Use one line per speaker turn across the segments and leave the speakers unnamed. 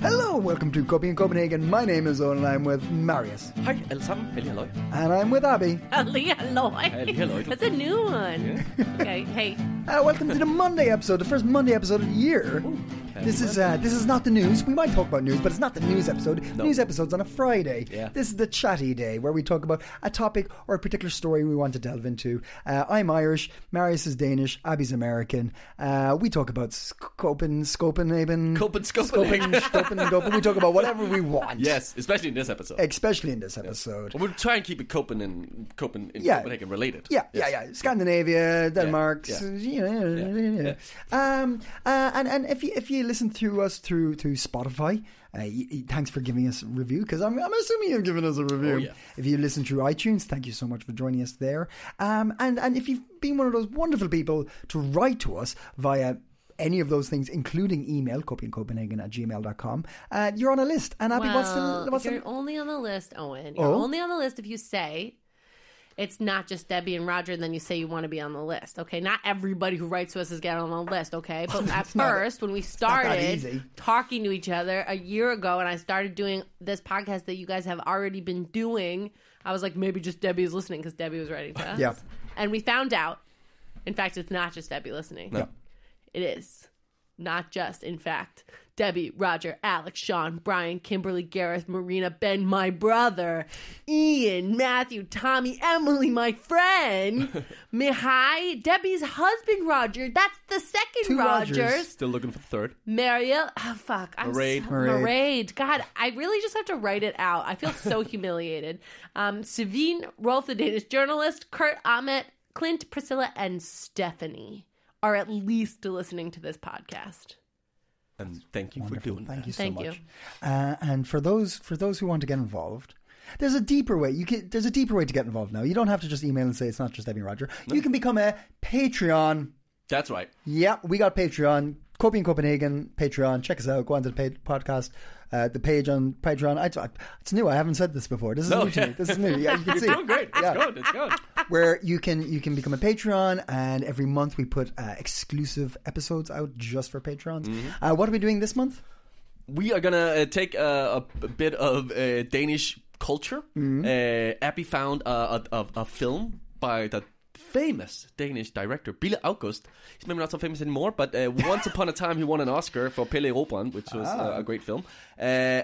Hello, welcome to Copy in Copenhagen. My name is Owen and I'm with Marius.
Hej alle sammen, heldig halløj.
And I'm with Abby.
Ali Aloy.
Ali Aloy, du.
That's a new one. Okay, hey.
Uh, welcome to the Monday episode, the first Monday episode of the year. This is uh, this is not the news. We might talk about news, but it's not the news episode. The News episode's on a Friday.
Yeah.
This is the chatty day where we talk about a topic or a particular story we want to delve into. Uh, I'm Irish, Marius is Danish, Abby's American. Uh, we talk about Scopen, Scopenhagen,
Copen- Scopenhagen.
Scopen, Scopen, Copen. We talk about whatever we want.
Yes, especially in this episode.
especially in this episode.
But we'll try and keep it Copenhagen, Copenhagen,
Yeah.
Copenhagen related.
Yeah, yeah, yeah. Scandinavia, Denmark,
yeah.
you know, yeah, yeah. Um, uh, and and if you if you listen to us through through Spotify, uh, y- y- thanks for giving us a review because I'm I'm assuming you've given us a review.
Oh, yeah.
If you listen through iTunes, thank you so much for joining us there. Um, and and if you've been one of those wonderful people to write to us via any of those things, including email, copyincopenhagen at gmail.com, uh, you're on a list. And Abby,
Well,
what's the what's
you're
the
only on the list, Owen. You're
Oh?
only on the list if you say it's not just Debbie and Roger, and then you say you want to be on the list. Okay, not everybody who writes to us is getting on the list. Okay, but at
not-
first, when we
not that
started
easy.
talking to each other a year ago, and I started doing this podcast that you guys have already been doing, I was like, maybe just Debbie is listening because Debbie was writing to us.
Yeah.
and we found out. In fact, it's not just Debbie listening. It is. Not just, in fact. Debbie, Roger, Alex, Sean, Brian, Kimberly, Gareth, Marina, Ben, my brother, Ian, Matthew, Tommy, Emily, my friend, Mihai, Debbie's husband, Roger. That's the second
Two Rogers.
Rogers.
Still looking for the third.
Mariel. Oh, fuck. I'm
Mairead.
So,
Mairead.
Mairead. God, I really just have to write it out. I feel so humiliated. Um, Savine Rolf, the Danish journalist, Kurt Ahmet, Clint, Priscilla, and Stephanie are at least listening to this podcast.
And thank you for doing
Thank
that.
you so
Thank
much.
you.
Uh, and for those for those who want to get involved, there's a deeper way. You can, there's a deeper way to get involved now. You don't have to just email and say it's not just Debbie and Roger. You can become a Patreon.
That's right.
Yeah, we got Patreon. Copy in Copenhagen Patreon. Check us out. Go on to the page, podcast. Uh, the page on Patreon. I, I- it's new. I haven't said this before. This is
No,
new to
yeah.
me. This is new. Yeah, you can see.
Doing great. It's good. It's good.
where you can you can become a Patreon, and every month we put uh, exclusive episodes out just for Patreons.
Mm-hmm.
Uh, what are we doing this month?
We are gonna uh, take uh, a, a bit of uh, Danish culture. Uh, Abby found a, a, a, a film by the famous Danish director Bille August. He's maybe not so famous anymore, but uh, once upon a time he won an Oscar for Pelle Robran, which was uh, a great film. Uh,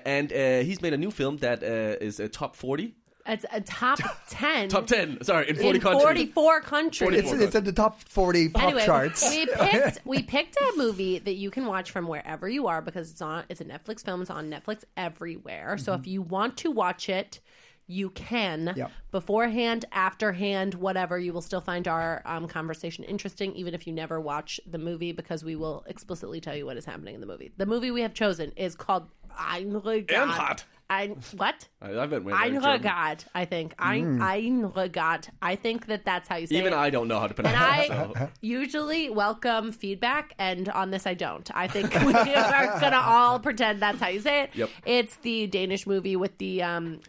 and uh, he's made a new film that uh, is a top forty.
It's a top 10.
Top 10, sorry, in 40
in
countries.
44 countries.
It's, it's at the top forty pop
anyway,
charts.
we picked we picked a movie that you can watch from wherever you are because it's on it's a Netflix film. It's on Netflix everywhere. So
Mm-hmm.
if you want to watch it, you can
Yep.
beforehand, afterhand, whatever. You will still find our um, conversation interesting, even if you never watch the movie, because we will explicitly tell you what is happening in the movie. The movie we have chosen is called Einrigad.
Einrad.
Ein what?
I, I went way back to German.
Einrigad. I think Ein
Mm.
Einrigad. I think that that's how you say
Even
it.
I don't know how to
And
pronounce it.
I usually welcome feedback, and on this I don't. I think we are gonna all pretend that's how you say it.
Yep.
It's the Danish movie with the um,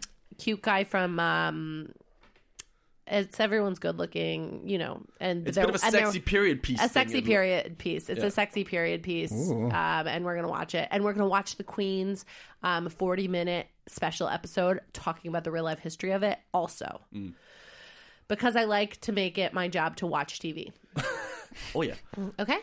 cute guy from. Um, it's everyone's good looking, you know, and
It's a
they're-
bit of a
and they're-
sexy period piece.
a
thing,
sexy
isn't it?
period piece. It's
Yeah.
a sexy period piece, um, and we're gonna watch it. And we're gonna watch the Queen's um, forty-minute special episode talking about the real-life history of it, also, because I like to make it my job to watch TV.
Oh yeah,
Okay,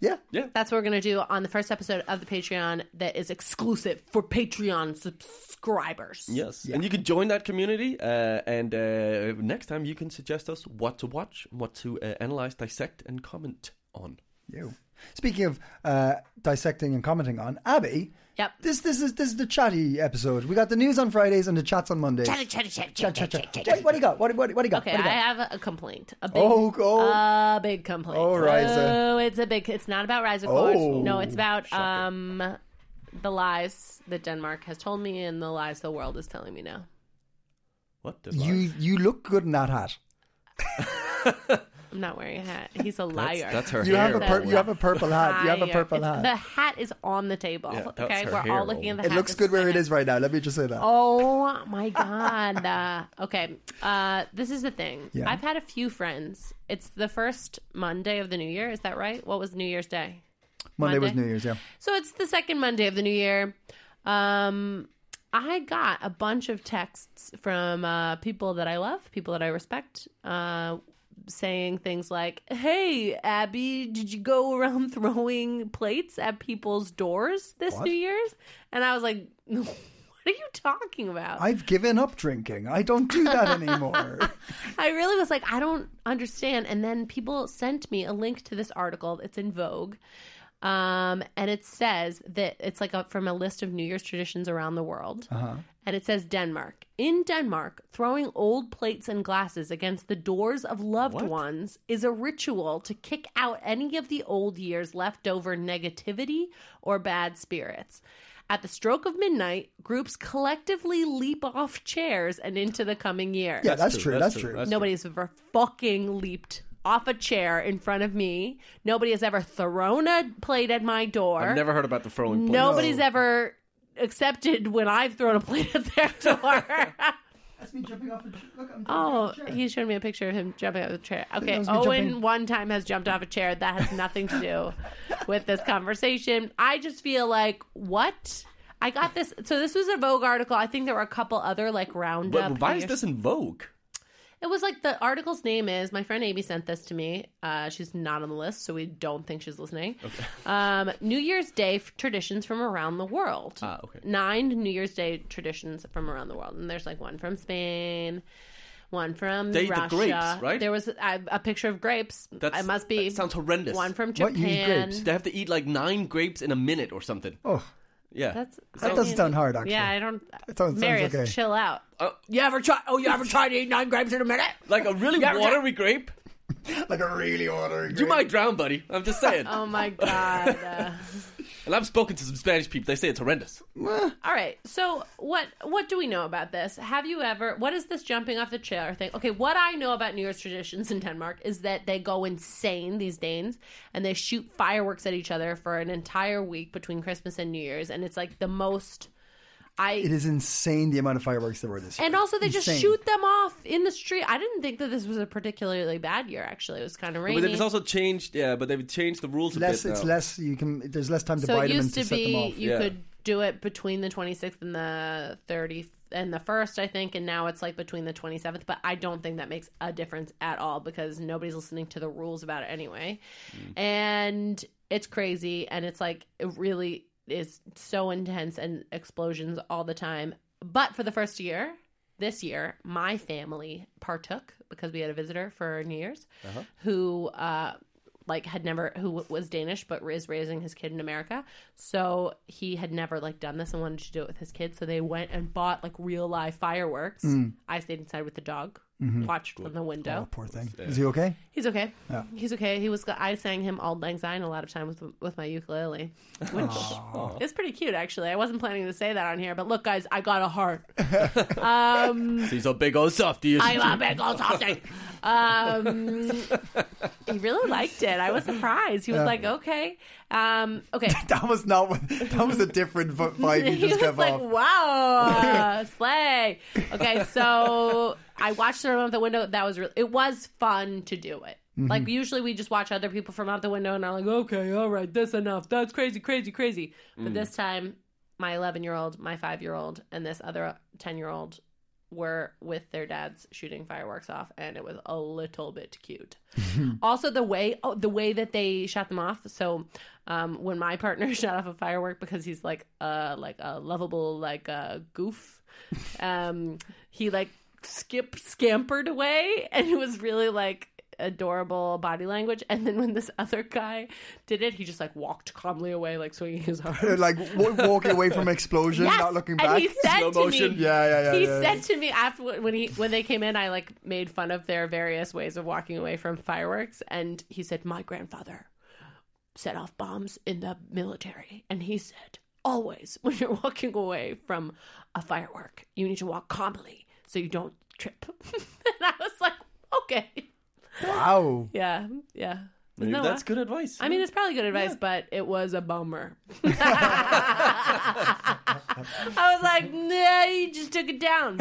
yeah,
yeah.
that's what we're gonna do on the first episode of the Patreon that is exclusive for Patreon subscribers.
Yes, and you can join that community. Uh, and uh, next time, you can suggest us what to watch, what to uh, analyze, dissect, and comment on.
You. Speaking of uh, dissecting and commenting on Abby.
Yep.
This this is this is the chatty episode. We got the news on Fridays and the chats on Mondays.
Chatty, chatty, chatty,
Chat, chat,
chatty,
chat.
chatty,
What, what do you got? What, what, what do you got?
Okay,
What do you
I
got?
have a complaint. A big,
Oh, go.
a big complaint.
Oh, Riza.
Oh, it's a big. It's not about Riza Gorge.
Oh,
no, it's about um, the lies that Denmark has told me and the lies the world is telling me now.
What? the
you you look good in that hat.
I'm not wearing a hat. He's a liar.
That's, that's her
You
hair.
have a pur-
purple.
you have a purple hat. You have a
Liar.
purple
It's-
hat.
The hat is on the table.
Yeah, that's
okay,
her
we're
hair,
all looking at the
It
hat.
looks
This
good where
my
it
hat.
is right now. Let me just say that.
Oh my god. Uh, okay. Uh, this is the thing.
Yeah.
I've had a few friends. It's the first Monday of the new year. Is that right? What was New Year's Day?
Monday, was
Monday.
New Year's, yeah.
So it's the second Monday of the new year. Um, I got a bunch of texts from uh, people that I love, people that I respect, uh, saying things like, "Hey, Abby, did you go around throwing plates at people's doors this
What?
New Year's?" And I was like, "What are you talking about?"
I've given up drinking. I don't do that anymore.
I really was like, I don't understand. And then people sent me a link to this article. It's in Vogue. Um, and it says that it's like a, from a list of New Year's traditions around the world. And it says Denmark. In Denmark, throwing old plates and glasses against the doors of loved
What?
ones is a ritual to kick out any of the old year's leftover negativity or bad spirits. At the stroke of midnight, groups collectively leap off chairs and into the coming year.
Yeah, that's, true. That's, true.
Nobody's ever fucking leaped off a chair in front of me. Nobody has ever thrown a plate at my door.
I've never heard about the throwing. plates.
Nobody's ever accepted when I've thrown a plate at their door.
That's me jumping off the. Look, I'm
oh, he showed me a picture of him jumping out of the chair.
that
Okay,
was me
Owen
jumping.
one time has jumped off a chair. That has nothing to do with this conversation. I just feel like what. I got this. So this was a Vogue article. I think there were a couple other like roundup.
But why
New
is
Year's-
this in Vogue?
It was like the article's name is. My friend Amy sent this to me. Uh, she's not on the list, so we don't think she's listening. Um, New Year's Day f- traditions from around the world.
Ah, okay.
Nine New Year's Day traditions from around the world, and there's like one from Spain, one from
They eat the
Russia.
grapes, right?
There was a, a picture of grapes.
That's-
it must be.
that sounds horrendous.
One from
What, you eat
Japan.
grapes?
They have to eat like nine grapes in a minute or something.
Oh,
Yeah.
That's
that doesn't sound hard, actually.
Yeah, I don't.
That sounds- sounds
Marius,
okay.
chill out.
Uh,
you ever try? Oh, you ever tried to eat nine grapes in a minute?
like a really
Yeah,
watery grape.
like a really ordering.
You might drown, buddy. I'm just saying.
Oh my god. Uh,
and I've spoken to some Spanish people. They say it's horrendous.
All right. So what what do we know about this? Have you ever what is this jumping off the chair thing? Okay, what I know about New Year's traditions in Denmark is that they go insane these Danes and they shoot fireworks at each other for an entire week between Christmas and New Year's and it's like the most I
It is insane the amount of fireworks there were this year.
and also they
Insane.
just shoot them off in the street. I didn't think that this was a particularly bad year actually. It was kind of rainy.
But it's also changed. Yeah, but they've changed the rules a
Less,
bit
it's
now.
less. You can. There's less time to
so
buy
it
them and
used
to
to
set them
be
off.
you
yeah.
could do it between the 26th and the 30th and the 1st i think and now it's like between the 27th but i don't think that makes a difference at all because nobody's listening to the rules about it anyway and it's crazy and it's like it really is so intense and explosions all the time but for the first year this year my family partook because we had a visitor for new year's who uh like had never who w- was Danish but is raising his kid in America. So he had never like done this and wanted to do it with his kid. So they went and bought like real live fireworks. I stayed inside with the dog, watched from the window.
Mm. Mm-hmm. Oh, poor thing. Is he okay?
He's okay. He's okay. He was. I sang him "Auld Lang Syne" a lot of times with with my ukulele, which is pretty cute actually. I wasn't planning to say that on here, but look, guys, I got a heart.
He's a big old softy. isn't
I'm a big old softy. Um, he really liked it. I was surprised. He was like, okay, um, okay.
That was not. What, that was a different vi- vibe you
he
just
was
gave
like,
off.
"Wow, slay!" Okay, so I watched it from out the window. That was really, it was fun to do it.
Mm-hmm.
Like usually we just watch other people from out the window and are like, "Okay, all right, that's enough. That's crazy, crazy, crazy."
Mm.
But this time, my 11 year old, my five year old, and this other 10 year old were with their dads shooting fireworks off and it was a little bit cute also the way oh, the way that they shot them off so um, when my partner shot off a firework because he's like uh like a lovable like uh, goof um, he like skip scampered away and it was really like adorable body language. And then when this other guy did it, he just like walked calmly away, like swinging his arms.
like w- walking away from an explosion,
Yes!
not looking back.
And he said
Slow
to
motion.
me,
Yeah, yeah, yeah,
He
yeah,
said
yeah.
to me after when he when they came in, I like made fun of their various ways of walking away from fireworks, and he said, "My grandfather set off bombs in the military," and he said, "Always when you're walking away from a firework, you need to walk calmly so you don't trip." and I was like, "Okay,
wow.
yeah, yeah."
Maybe
No,
that's
I-
good advice.
I mean, it's probably good advice, but it was a bummer. I was like, nah, you just took it down.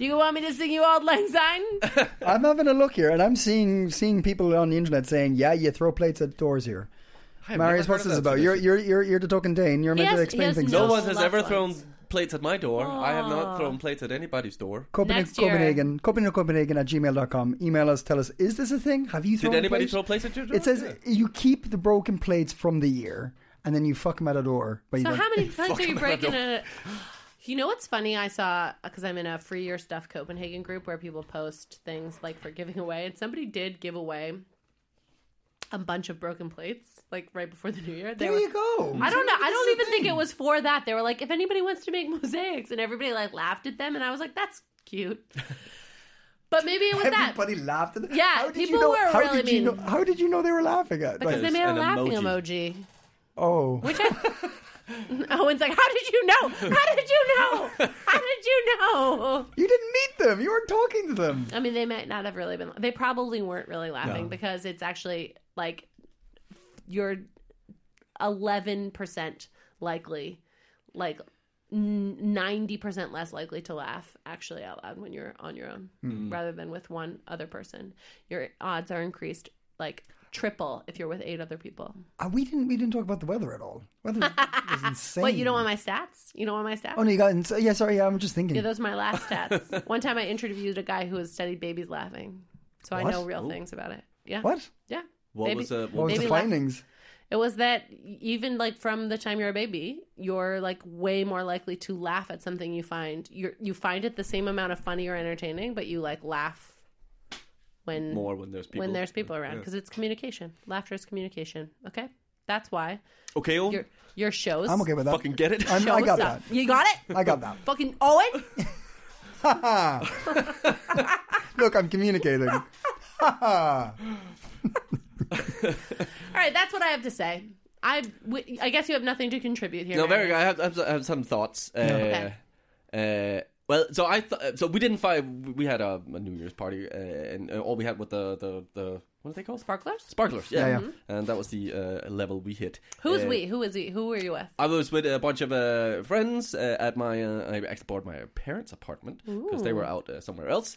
you want me to sing you Auld Lang Syne?
I'm having a look here, and I'm seeing seeing people on the internet saying, "Yeah, you throw plates at doors here."
I've
Marius,
never
what's
heard
this
of that
about? You're
tradition.
you're you're, you're the token Dane. You're meant
has-
to
he
explain
has
things.
No
Those
one has
loved
ever
ones.
thrown plates at my door. I have not thrown plates at anybody's door.
Copenhagen,
Next year.
Copenhagen, Copenhagen, Copenhagen at gmail.com. Email us. Tell us, is this a thing? Have you thrown
Did anybody
plates?
throw plates at your door?
It says
Yeah.
you keep the broken plates from the year, and then you fuck them at a door. But you
So,
don't-
how many times are you
Fuck,
breaking
I
a. You know what's funny? I saw, because I'm in a Free Your Stuff Copenhagen group where people post things like for giving away, and somebody did give away a bunch of broken plates, like right before the new year. They
There
were-
you go.
I don't know. I don't even think it was for that. They were like, if anybody wants to make mosaics, and everybody like laughed at them, and I was like, that's cute. But maybe it was that
Everybody laughed at that.
Yeah,
how did you
people
know,
were
how
really
did you
mean.
Know, how did you know they were laughing at?
because
Like,
they
Because
made a
an
laughing emoji.
emoji.
oh,
Owen's like, how did you know? How did you know? How did you know?
you didn't meet them. You weren't talking to them.
I mean, they might not have really been. They probably weren't really laughing because it's actually like you're eleven percent likely, like ninety percent less likely to laugh actually out loud when you're on your own
Hmm.
rather than with one other person. Your odds are increased like triple if you're with eight other people.
Uh, we didn't. We didn't talk about the weather at all. Weather was insane.
Wait, you don't want my stats? You don't want my stats?
Oh no, you got. ins- Yeah, sorry. Yeah, I'm just thinking.
Yeah, those are my last stats. one time I interviewed a guy who has studied babies laughing, so I
What? Oh.
know real things about it. Yeah.
what?
Yeah.
What
Maybe-
was uh, the-
What was
Maybe
the
laugh-
findings?
It was that e, even like from the time you're a baby, you're like way more likely to laugh at something you find. You you find it the same amount of funny or entertaining, but you like laugh when
More when there's people.
when there's people around because it's communication. Laughter is communication. Okay, that's why
Okay, oh,
your your shows.
I'm okay with that.
fucking get it.
I'm, I
shows
got
up.
that.
You got it.
I got that.
Fucking Owen.
Ah.
Look, I'm communicating.
All right, that's what I have to say. I w- I guess you have nothing to contribute here.
No, very good.
Meredith.
I have, I have, I have some thoughts. Uh,
Okay.
uh, well, so I th- uh, so we didn't fight. We had a, a New Year's party, uh, and uh, all we had was the the the what are they called?
Sparklers.
Sparklers. Yeah,
Yeah, yeah.
and that was the uh, level we hit.
Mm-hmm. Who's
Uh,
we? Who is he? Who were you with?
I was with a bunch of uh, friends uh, at my. Uh, I actually borrowed my parents' apartment because they were out uh, somewhere else.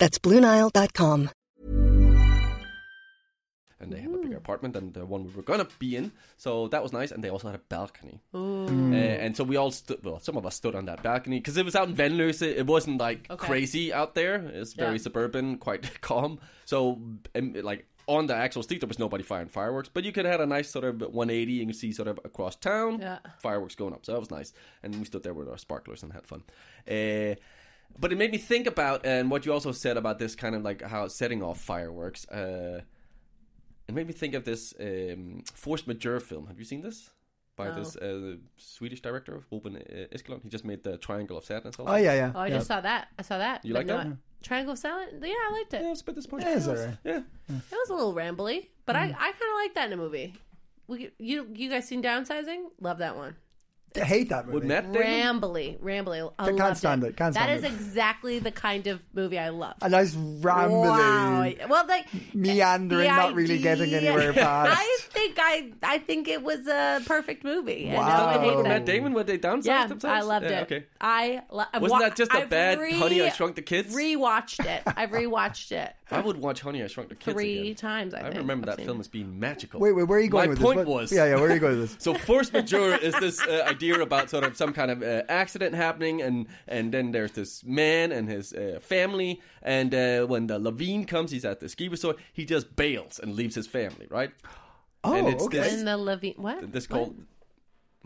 That's BlueNile.com.
And they have a bigger apartment than the one we were gonna be in, so that was nice. And they also had a balcony, Uh, and so we all stood. Well, some of us stood on that balcony because it was out in Venløse. It wasn't like
Okay.
crazy out there. It's very
Yeah.
suburban, quite calm. So, um, like on the actual street, there was nobody firing fireworks, but you could have had a nice sort of 180. You could see sort of across town
Yeah.
fireworks going up. So that was nice. And we stood there with our sparklers and had fun. Uh, but it made me think about and what you also said about this kind of like how setting off fireworks. Uh, it made me think of this um, force majeure film. Have you seen this? By
No.
this uh, Swedish director, Ruben uh, Eskelund. He just made the Triangle of Sadness. also.
Oh yeah, yeah.
Oh, I
yeah.
just saw that. I saw that.
You
but
like
no,
that?
I- Triangle of Silence? Yeah, I liked it.
Yeah, I was a bit disappointed.
Yeah, it's alright.
Yeah.
It was a little rambly, but
Mm.
I, I kind of like that in a movie. We, you you guys seen Downsizing? Love that one.
I hate that
With
movie.
Matt Damon.
Rambly, rambly. I
Can't
loved
stand it, can't
That
stand
is
it.
exactly the kind of movie I love.
a nice rambling,
Wow. Well, like
meandering,
the
not really getting
idea-
anywhere fast.
I think I I think it was a perfect movie. And
Wow.
no one hates
With
it.
Matt Damon, where they downsized
Yeah,
themselves.
I loved
Yeah,
it.
Okay.
I lo-
Wasn't that just a
a
bad Honey, I Shrunk the Kids?
Rewatched it. I rewatched it.
I would watch Honey, I Shrunk the Kids
Three
again.
times, I think,
remember
I've
that
seen
film
it.
as being magical.
Wait, wait, where are you going
My
with
point
this? What-
was,
Yeah, yeah, where are you going with this?
So force majeure is this uh, idea about sort of some kind of uh, accident happening, and and then there's this man and his uh, family, and uh, when the Levine comes, he's at the ski resort. He just bails and leaves his family, right?
Oh,
and it's
okay.
this-
When the Levine what?
This called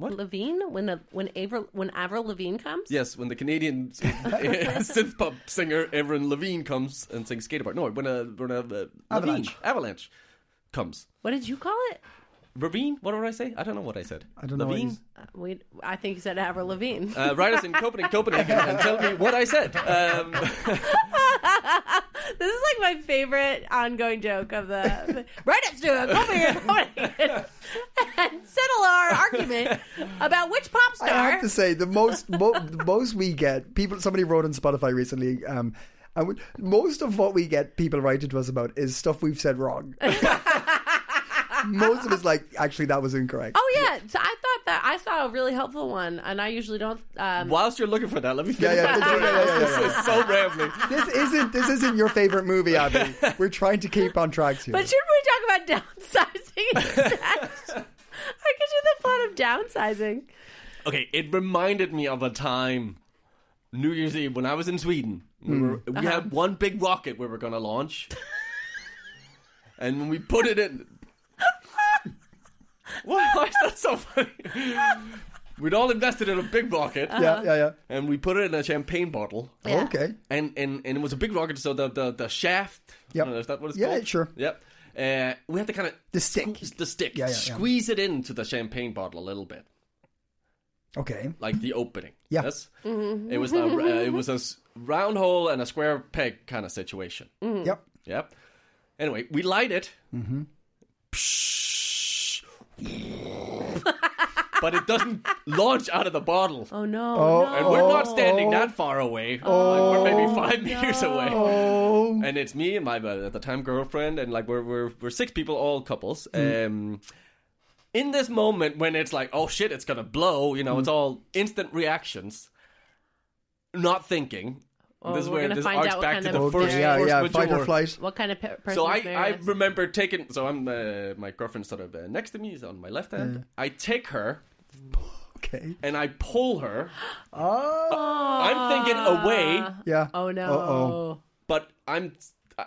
What? Levine when the when Avril when Avril Levine comes.
yes, when the Canadian synth pop singer Everin Levine comes and sings Skater Park. No, when a when a uh, Levine
Avalanche.
Avalanche comes.
What did you call it?
Ravine? What did I say? I don't know what I said.
I don't know what
Levine?
he's-
Uh, We I think you said Avril Levine.
uh, write us in Copenhagen, Copenhagen, and tell me what I said. Um,
this is like my favorite ongoing joke of the right up to it, come here, come here, and settle our argument about which pop
I have
star.
to say the most mo- the most we get people. Somebody wrote on Spotify recently. Um, I would, most of what we get people writing to us about is stuff we've said wrong. most of it's like actually that was incorrect.
Oh yeah, so I thought that I saw a really helpful one, and I usually don't. Um,
whilst you're looking for that, let me
Yeah,
finish.
yeah,
my
yeah,
story.
yeah, yeah, yeah,
This is so rambling.
This isn't this isn't your favorite movie, Abby. We're trying to keep on track here.
But should we talk about downsizing? instead? I could do the plot of downsizing.
Okay, it reminded me of a time, New Year's Eve, when I was in Sweden.
Hmm.
We, were, we
Uh-huh.
had one big rocket we were going to launch. and when we put it in. Why why is that so funny? We'd all invested in a big rocket.
yeah, yeah, yeah.
And we put it in a champagne bottle.
Yeah.
Okay.
and and and it was a big rocket. So the the, the shaft. I
Yep.
don't know, is that what it's
Yeah,
called?
sure.
Yep. Uh, we had to kind of
The stick.
the stick,
Yeah, yeah, yeah.
squeeze it into the champagne bottle a little bit,
Okay.
like the opening.
Yeah.
Yes. It was a, uh, it was a s- round hole and a square peg kind of situation.
Hmm.
Yep.
Yep. Anyway, we light it.
Mm-hmm.
but it doesn't launch out of the bottle.
Oh no!
Oh,
And
no.
we're not standing that far away. like, we're maybe five meters away.
Oh.
and it's me and my uh, at the time girlfriend and like we're we're, we're six people all couples um in this moment when it's like oh shit it's gonna blow you know it's all instant reactions not thinking
Oh,
this is
we're
where
gonna
this
find
arcs
out what
back
kind
to
of
the
Okay,
first,
yeah,
first
yeah.
mature.
Fight or flight.
What kind of pe- person?
So I,
is Mary
I
Lou?
remember taking so I'm uh, my girlfriend sort of uh, next to me is on my left hand. I take her
Okay.
and I pull her.
Oh.
I'm thinking away,
Yeah.
Oh no!
Uh-oh.
but I'm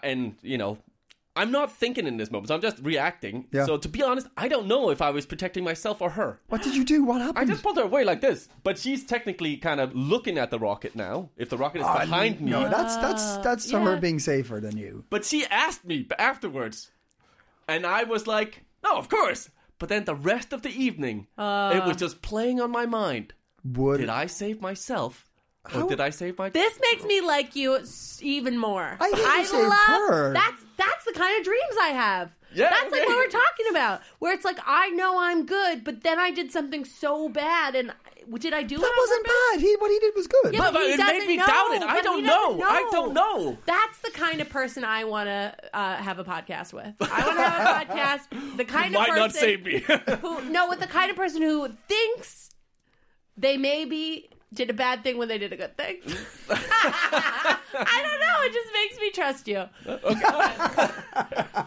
and you know I'm not thinking in this moment. So I'm just reacting.
Yeah.
So to be honest, I don't know if I was protecting myself or her.
What did you do? What
I
happened?
just pulled her away like this, but she's technically kind of looking at the rocket now. If the rocket is
Ah,
behind me,
No, that's that's that's
Yeah.
her being safer than you.
but she asked me b- afterwards, and I was like, "No, of course." But then the rest of the evening,
Ah.
it was just playing on my mind.
Would
Did I save myself, or did I save my?
This makes me like you s- even more.
I think you saved her.
That's that's the kind of dreams I have.
Yeah,
that's like
okay.
what we're talking about, where it's like I know I'm good, but then I did something so bad, and I- did I do it?
That
on
wasn't
purpose?
bad. He what he did was good.
Yeah, but,
But
he
it
doesn't
made me
know.
doubt it. I
But he
don't
doesn't
know. I don't know.
That's the kind of person I want to uh, have a podcast with. I want to have a podcast. The kind of
Might
person
not save me.
who no, with the kind of person who thinks they maybe did a bad thing when they did a good thing. I don't know. It just makes me trust you.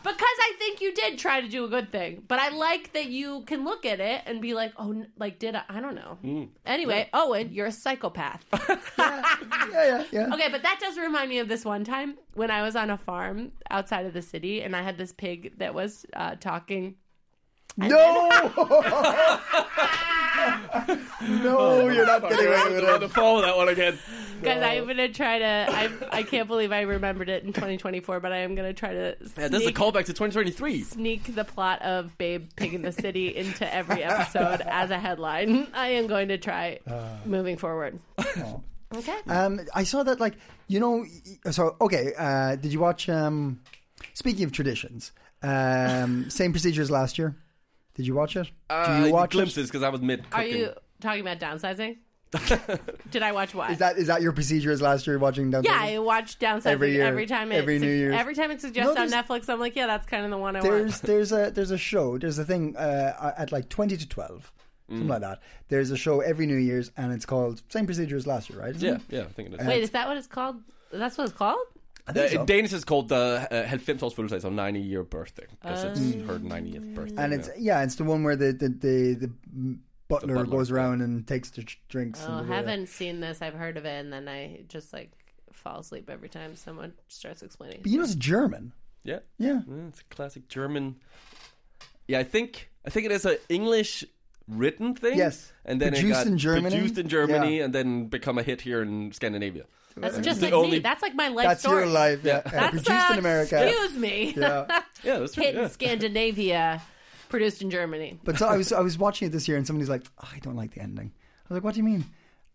because I think you did try to do a good thing, but I like that you can look at it and be like, "Oh, n- like did I? I don't know." Anyway, Owen, you're a psychopath.
yeah, yeah, yeah.
Okay, but that does remind me of this one time when I was on a farm outside of the city, and I had this pig that was uh, talking.
No,
Oh,
no, you're not getting away with
I'm
it.
to follow that one again.
Guys, I'm gonna try to. I, I can't believe I remembered it in 2024, but I am gonna try to
Yeah,
sneak,
this is a callback to 2023.
sneak the plot of Babe Pig in the City into every episode as a headline. I am going to try
Uh.
moving forward. Okay.
Um, I saw that, like, you know, so, okay, uh, did you watch, um, speaking of traditions, um, same procedures last year? Did you watch it? Do
Uh,
you watch it?
glimpses because I was mid cooking.
Are you talking about downsizing? Did I watch what?
Is that is that your procedures last year watching down?
yeah, I watch Downsizing
Every
every,
year,
time. It
every
sug-
New Year's.
Every time it suggests
No,
on
there's-
Netflix, I'm like, yeah, that's kind of the one I
there's
want.
there's a there's a show there's a thing uh, at like twenty to twelve something like that. There's a show every New Year's and it's called same procedures last year, right? isn't
Yeah,
it?
yeah, I think it is.
Wait, is that what it's called? That's what it's called?
think so.
Danish Uh, is called the uh, 90 fødselsdag, so 90 year birthday. Because it's Oh. her 90th birthday.
and it's yeah, it's the one where the the the, the butler,
butler,
goes around and takes the dr- drinks.
Oh,
and the-
haven't seen this. I've heard of it, and then I just like fall asleep every time someone starts explaining.
But you know, it's German.
Yeah.
Yeah,
Yeah, It's a classic German. Yeah, I think I think it is an English written thing.
Yes.
and then
Produced
it got
in Germany.
produced in Germany,
Yeah.
and then become a hit here in Scandinavia.
That's just
The
like
only-
me. That's like my life
uh, that's
story.
your life. Yeah,
Yeah.
yeah,
That's
produced
uh,
in America.
Excuse me.
Yeah.
Yeah, that's true.
Hit in
Yeah.
Scandinavia, produced in Germany.
But so I was I was watching it this year, and somebody's like, "Oh, "I don't like the ending." I was like, "What do you mean?"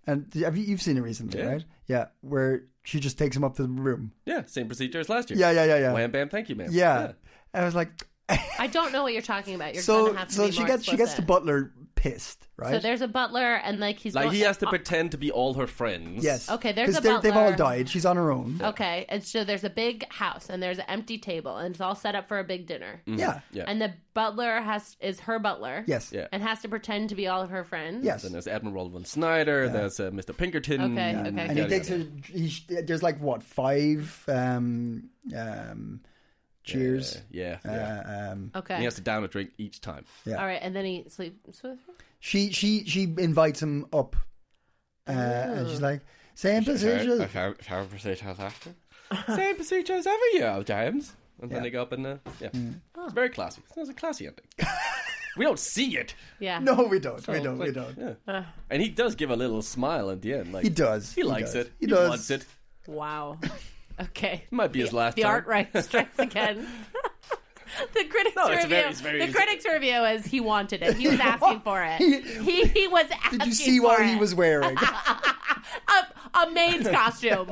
And have you, you've seen it recently,
Yeah.
right? Yeah, where she just takes him up to the room.
Yeah, same procedure as last year.
Yeah, yeah, yeah, yeah.
Wham, bam, thank you, ma'am.
Yeah, I was like,
I don't know what you're talking about. You're
so
gonna have to
so
be
she
more
gets she gets the
explicit.
butler pissed, right?
So there's a butler, and like he's
Like
going-
he has to pretend to be all her friends.
yes.
Okay, there's
'Cause
a
they're- They've all
butler.
died. She's on her own.
Okay, and so there's a big house, and there's an empty table, and it's all set up for a big dinner.
Yeah.
Mm, Yeah.
And the butler has is her butler.
Yes.
Yeah.
And has to pretend to be all of her friends.
Yes.
And there's Admiral von Snyder. There's uh, Mr. Pinkerton.
Okay, Yeah, okay.
And he
Yeah,
takes her. He, sh- there's like what five um, um, cheers.
Yeah. yeah.
Uh, um,
Okay.
And he has to down a drink each time.
Yeah.
All right, and then he sleeps with her.
she she she invites him up, uh, and she's like, "Same position."
Shower procedures after. Same procedures every year, James. And then
Yeah. Hmm.
they go up and uh, yeah, it's very classy. It's a classy ending. we don't see it.
Yeah.
No, we don't. we
So,
don't. we
like,
don't.
yeah.
Uh.
And he does give a little smile at the end. Like
He does.
He, likes
does.
it.
He does.
wants it.
Wow. Okay.
Might be his last.
the
time.
art right strikes again. the critics
No, it's
review.
very- it's very
the
easy.
critics review is he wanted it. He was asking for it. He he was asking
Did you see
for
what
it.
he was wearing?
a, a maid's costume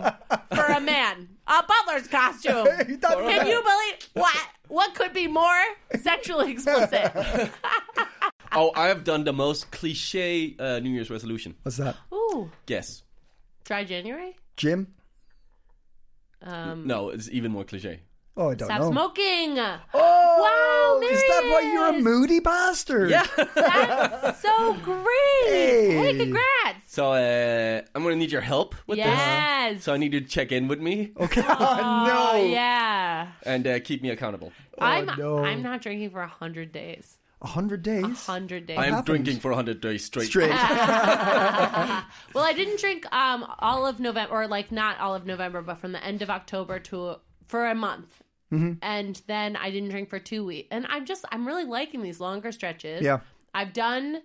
for a man, a butler's costume.
He thought-
Can you believe what? What could be more sexually explicit?
Oh, I have done the most cliche uh, New Year's resolution.
What's that,
Ooh,
Guess.
dry January.
Jim?
Um,
No, it's even more cliche.
Oh, I don't
stop
know.
smoking.
Oh,
Wow,
Is that why you're a
Marius!
moody bastard? Yeah.
That's so great.
Hey.
Hey, congrats.
So uh, I'm gonna need your help with
Yes.
this. So I need you to check in with me
Okay.
Oh,
no.
yeah.
and uh, keep me accountable.
I'm
Oh, no.
I'm not drinking for hundred days.
A hundred days.
Hundred days.
I am
happened?
drinking for 100 days straight.
Straight.
well, I didn't drink um all of November, or like not all of November, but from the end of October to for a month,
Mm-hmm.
and then I didn't drink for two weeks. And I'm just I'm really liking these longer stretches.
Yeah.
I've done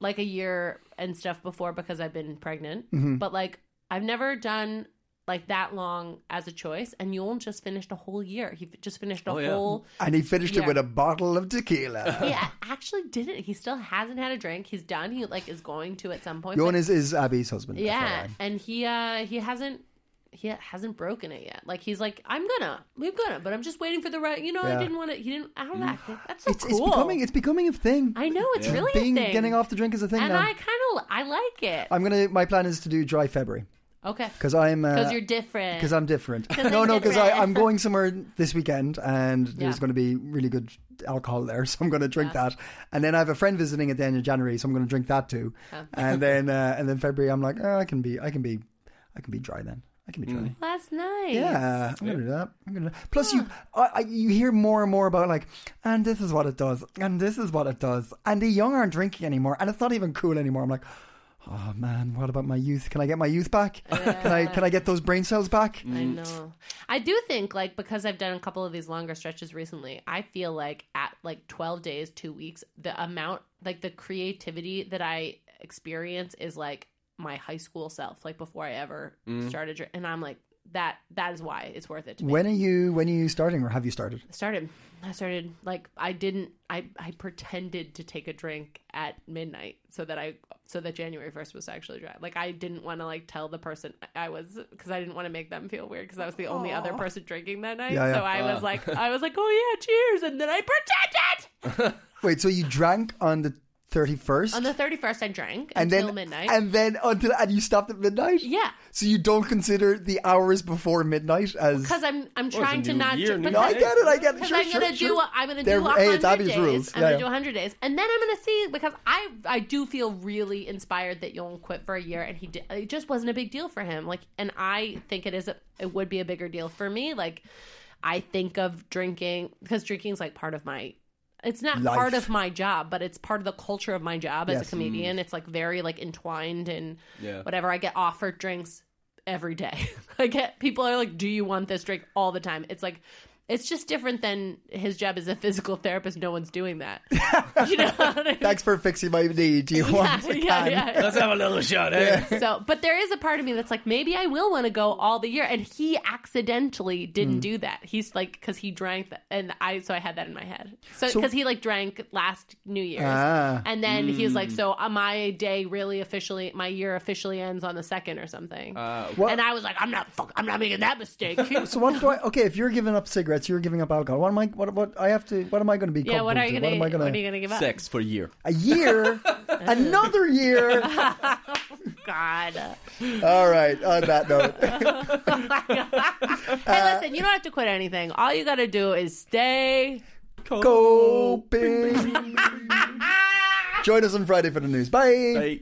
like a year and stuff before because I've been pregnant,
Mm-hmm.
but like I've never done like that long as a choice. And Yul just finished a whole year. He f- just finished a
Oh, yeah.
whole
and he finished it
Yeah.
with a bottle of tequila.
he a- actually didn't. He still hasn't had a drink. He's done. He like is going to at some point.
Johan
but-
is, is Abby's husband.
yeah, and he uh he hasn't he hasn't broken it yet. Like he's like I'm gonna I'm gonna, but I'm just waiting for the right. You know,
Yeah.
I didn't want to. He didn't. I don't know. That's so
It's,
cool.
it's becoming it's becoming a thing.
I know it's really
Being
a thing.
getting off the drink is a thing
and
now.
I kind of I like it.
am gonna. My plan is to do dry February
okay,
because I'm
because
because
you're different.
because I'm different.
I'm
no, no, because
different.
I'm going somewhere this weekend and there's
Yeah.
going to be really good alcohol there, so I'm going to drink that. And then I have a friend visiting at the end of January, so I'm going to drink that too. And then uh, and then February, I'm like, oh, I can be, I can be, I can be dry then. I can be dry.
That's nice.
Yeah, I'm gonna do that. I'm gonna. Plus, you I, I, you hear more and more about like, and this is what it does, and this is what it does, and the young aren't drinking anymore, and it's not even cool anymore. I'm like, oh man, what about my youth? Can I get my youth back? Can I can I get those brain cells back?
I know. I do think like because I've done a couple of these longer stretches recently, I feel like at like 12 days, 2 weeks, the amount like the creativity that I experience is like my high school self, like before I ever started dr- and I'm like that that is why it's worth it to me.
When are you when are you starting, or have you started?
I started I started like I didn't I I pretended to take a drink at midnight so that I so that January 1st was actually dry. Like I didn't want to like tell the person I was cuz I didn't want to make them feel weird cuz I was the only other person drinking that night.
Yeah, yeah.
So I was like I was like, "Oh yeah, cheers." And then I pretended.
Wait, so you drank on the thirty first,
On the 31st, I drank
and
until
then
midnight.
and then until and you stopped at midnight.
yeah.
So you don't consider the hours before midnight as
Because I'm
Well,
I'm
it's a
trying to
new
not
year,
do,
new
No, I
day.
get it. I get it.
Because
Sure,
I'm gonna
sure,
do
sure.
a, I'm gonna
They're-
do a
hey, it's
hundred
obvious
days.
rules.
I'm
Yeah,
gonna
yeah.
do hundred days, and then I'm gonna see because I I do feel really inspired that Yolan quit for a year, and he did, it just wasn't a big deal for him. Like, and I think it is a, it would be a bigger deal for me. Like, I think of drinking because drinking is like part of my. It's not
Life.
part of my job, but it's part of the culture of my job as
Yes.
a comedian. It's like very like entwined and
Yeah.
whatever. I get offered drinks every day. I get people are like, "Do you want this drink?" all the time. It's like it's just different than his job as a physical therapist. No one's doing that. you know what I mean?
Thanks for fixing my knee. Do you
yeah,
want?
yeah, yeah.
Let's have a little shot, eh?
So, but there is a part of me that's like, maybe I will want to go all the year. And he accidentally
Hmm.
didn't do that. He's like, because he drank, the, and I, so I had that in my head. So,
So-
because he like drank last New Year's.
Ah.
And then he was like, so uh, my day really officially, my year officially ends on the second or something.
What-
and I was like, I'm not, fuck, I'm not making that mistake.
So what do I? Okay, if you're giving up cigarettes, you're giving up alcohol. What am I? What? What? I have to. What am I going to be?
yeah, what
culpable
are
to?
you
What
gonna?
am I
what
going
are
to?
you gonna give up?
Sex for a year.
A year, another year. Uh,
God.
All right. On that note,
hey, listen, you don't have to quit anything. All you got to do is stay.
coping. Join us on Friday for the news. Bye.
Hey.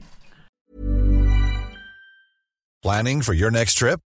Planning for your next trip?